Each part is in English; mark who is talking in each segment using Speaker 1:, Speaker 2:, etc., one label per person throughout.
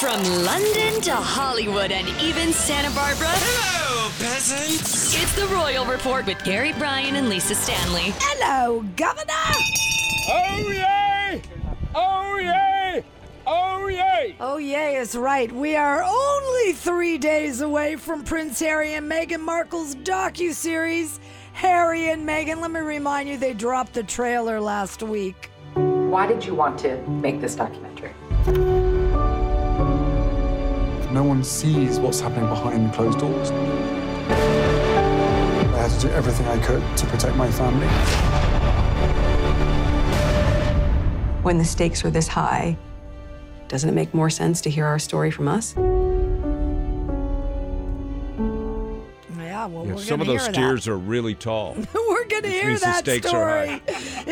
Speaker 1: From London to Hollywood and even Santa Barbara,
Speaker 2: Hello, peasants.
Speaker 1: it's the Royal Report with Gary Bryan and Lisa Stanley.
Speaker 3: Hello, Governor.
Speaker 4: Oh yay! Oh yay! Oh yay!
Speaker 3: Oh, yay, it's right. We are only three days away from Prince Harry and Meghan Markle's docuseries, Harry and Meghan. Let me remind you, they dropped the trailer last week.
Speaker 5: Why did you want to make this documentary?
Speaker 6: No one sees what's happening behind closed doors. I had to do everything I could to protect my family.
Speaker 7: when the stakes are this high, doesn't it make more sense to hear our story from us?
Speaker 3: Yeah, well, we're
Speaker 2: Some
Speaker 3: gonna
Speaker 2: of those
Speaker 3: hear
Speaker 2: steers are really tall.
Speaker 3: That. We're going to
Speaker 2: Which
Speaker 3: hear
Speaker 2: means the
Speaker 3: that
Speaker 2: stakes are
Speaker 3: story.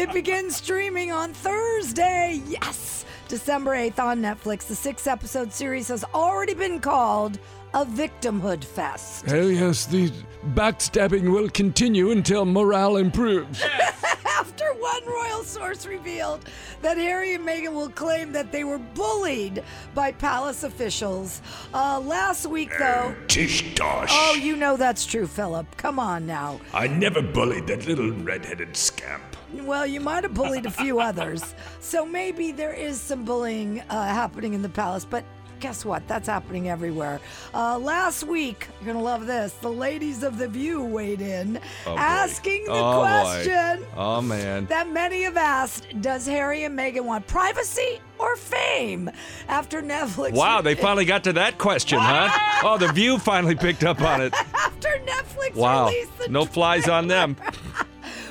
Speaker 3: it begins streaming on Thursday. Yes, December 8th on Netflix. The six episode series has already been called a victimhood fest.
Speaker 8: Oh, yes, the backstabbing will continue until morale improves.
Speaker 3: after one royal source revealed that Harry and Meghan will claim that they were bullied by palace officials. Uh, last week, though.
Speaker 9: Tish Tosh.
Speaker 3: Oh, you know that's true, Philip. Come on now.
Speaker 9: I never bullied that little red-headed scamp.
Speaker 3: Well, you might have bullied a few others. So maybe there is some bullying uh, happening in the palace, but guess what? That's happening everywhere. Uh, last week, you're going to love this, the ladies of The View weighed in asking the
Speaker 2: Oh, boy.
Speaker 3: question.
Speaker 2: Oh man.
Speaker 3: that many have asked Does Harry and Meghan want privacy or fame? After Netflix.
Speaker 2: Wow, they finally got to that question, huh? Oh, the view finally picked up on it.
Speaker 3: After Netflix
Speaker 2: Wow.
Speaker 3: released the
Speaker 2: No flies on them.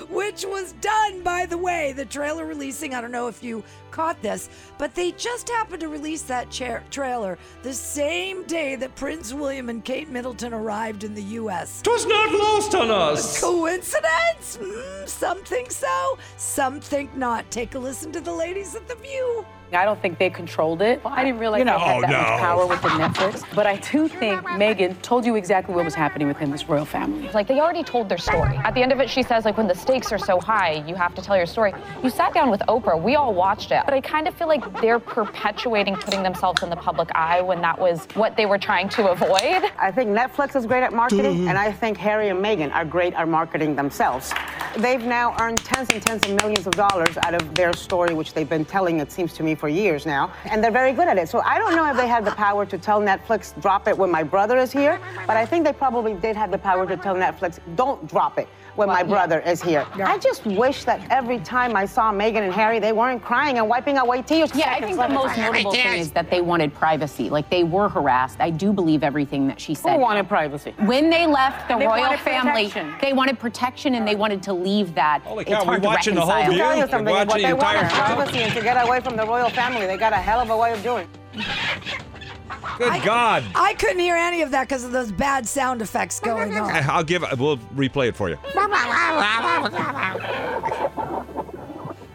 Speaker 3: which was done by the way the trailer releasing i don't know if you caught this but they just happened to release that cha- trailer the same day that prince william and kate middleton arrived in the us
Speaker 2: Twas not lost on us.
Speaker 3: coincidence mm, some think so some think not take a listen to the ladies at the view
Speaker 10: I don't think they controlled it. I didn't realize they
Speaker 9: Oh,
Speaker 10: had that
Speaker 9: no.
Speaker 10: much power within Netflix. But I do think Megan told you exactly what was happening within this royal family.
Speaker 11: Like they already told their story. At the end of it, she says, like, when the stakes are so high, you have to tell your story. You sat down with Oprah, we all watched it. But I kind of feel like they're perpetuating putting themselves in the public eye when that was what they were trying to avoid.
Speaker 12: I think Netflix is great at marketing, and I think Harry and Meghan are great at marketing themselves. They've now earned tens and tens of millions of dollars out of their story, which they've been telling, it seems to me, for years now, and they're very good at it. So I don't know if they had the power to tell Netflix, drop it when my brother is here, but I think they probably did have the power to tell Netflix, don't drop it when my brother is here. I just wish that every time I saw Meghan and Harry, they weren't crying and wiping away tears.
Speaker 10: Yeah, I think the most notable thing is that they wanted privacy. Like they were harassed. I do believe everything that she said.
Speaker 12: Who wanted privacy?
Speaker 10: When they left the
Speaker 12: They
Speaker 10: royal
Speaker 12: wanted
Speaker 10: family,
Speaker 12: protection.
Speaker 10: they wanted protection and they wanted to leave that.
Speaker 2: Holy
Speaker 10: It's
Speaker 2: cow, we're
Speaker 10: hard to
Speaker 2: watching the whole
Speaker 10: reconcile.
Speaker 2: view.
Speaker 12: tell you
Speaker 2: You're
Speaker 12: something. What
Speaker 2: watching the
Speaker 12: they want
Speaker 2: entire
Speaker 12: is
Speaker 2: show.
Speaker 12: privacy and to get away from the royal family. They got a hell of a way of doing. it.
Speaker 2: Good God.
Speaker 3: i couldn't hear any of that because of those bad sound effects going on
Speaker 2: Eh, I'll give. We'll replay it for you.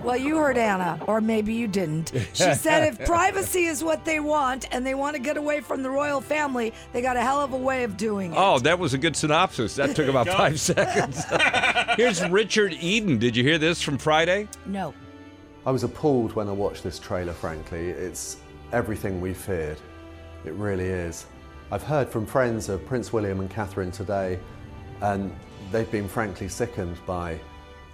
Speaker 3: Well, you heard Anna, or maybe you didn't. She said if privacy is what they want and they want to get away from the royal family, they got a hell of a way of doing it.
Speaker 2: Oh, that was a good synopsis. That took about five seconds. Here's Richard Eden. Did you hear this from Friday?
Speaker 3: No.
Speaker 9: I was appalled when I watched this trailer, frankly. It's everything we feared. It really is. I've heard from friends of Prince William and Catherine today, and they've been frankly sickened by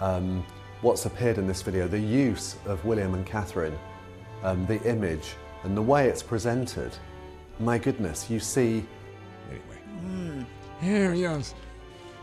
Speaker 9: um, what's appeared in this video the use of William and Catherine, um, the image, and the way it's presented. My goodness, you see
Speaker 2: Anyway.
Speaker 8: Here, yes.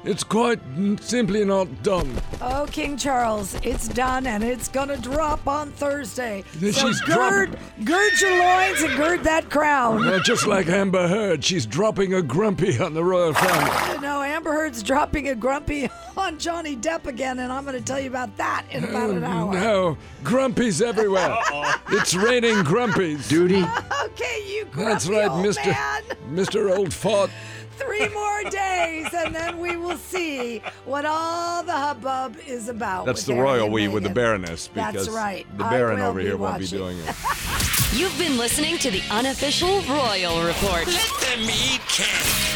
Speaker 8: It's quite n- simply not done.
Speaker 3: Oh, King Charles, it's done and it's going to drop on Thursday.
Speaker 8: This
Speaker 3: so
Speaker 8: is
Speaker 3: gird, gird your loins and gird that crown.
Speaker 8: Uh, just like Amber Heard, she's dropping a grumpy on the royal family.
Speaker 3: You know, Amber Heard's dropping a grumpy on Johnny Depp again, and I'm going to tell you about that in about an hour.
Speaker 8: Oh, No, grumpies everywhere. It's raining grumpies. Duty.
Speaker 3: Okay, you grumpy
Speaker 8: That's right,
Speaker 3: old
Speaker 8: Mr.
Speaker 3: Oh, man.
Speaker 8: Mr. Old Fart.
Speaker 3: Three more days, and then we will see what all the hubbub is about.
Speaker 2: That's
Speaker 3: with
Speaker 2: the
Speaker 3: Harry
Speaker 2: royal
Speaker 3: and
Speaker 2: we with the
Speaker 3: Meghan.
Speaker 2: Baroness because
Speaker 3: That's right.
Speaker 2: the
Speaker 3: I
Speaker 2: Baron
Speaker 3: will
Speaker 2: over
Speaker 3: be
Speaker 2: here won't be
Speaker 3: watching.
Speaker 2: doing it.
Speaker 1: You've been listening to the unofficial Royal Report.
Speaker 2: Let them eat cake.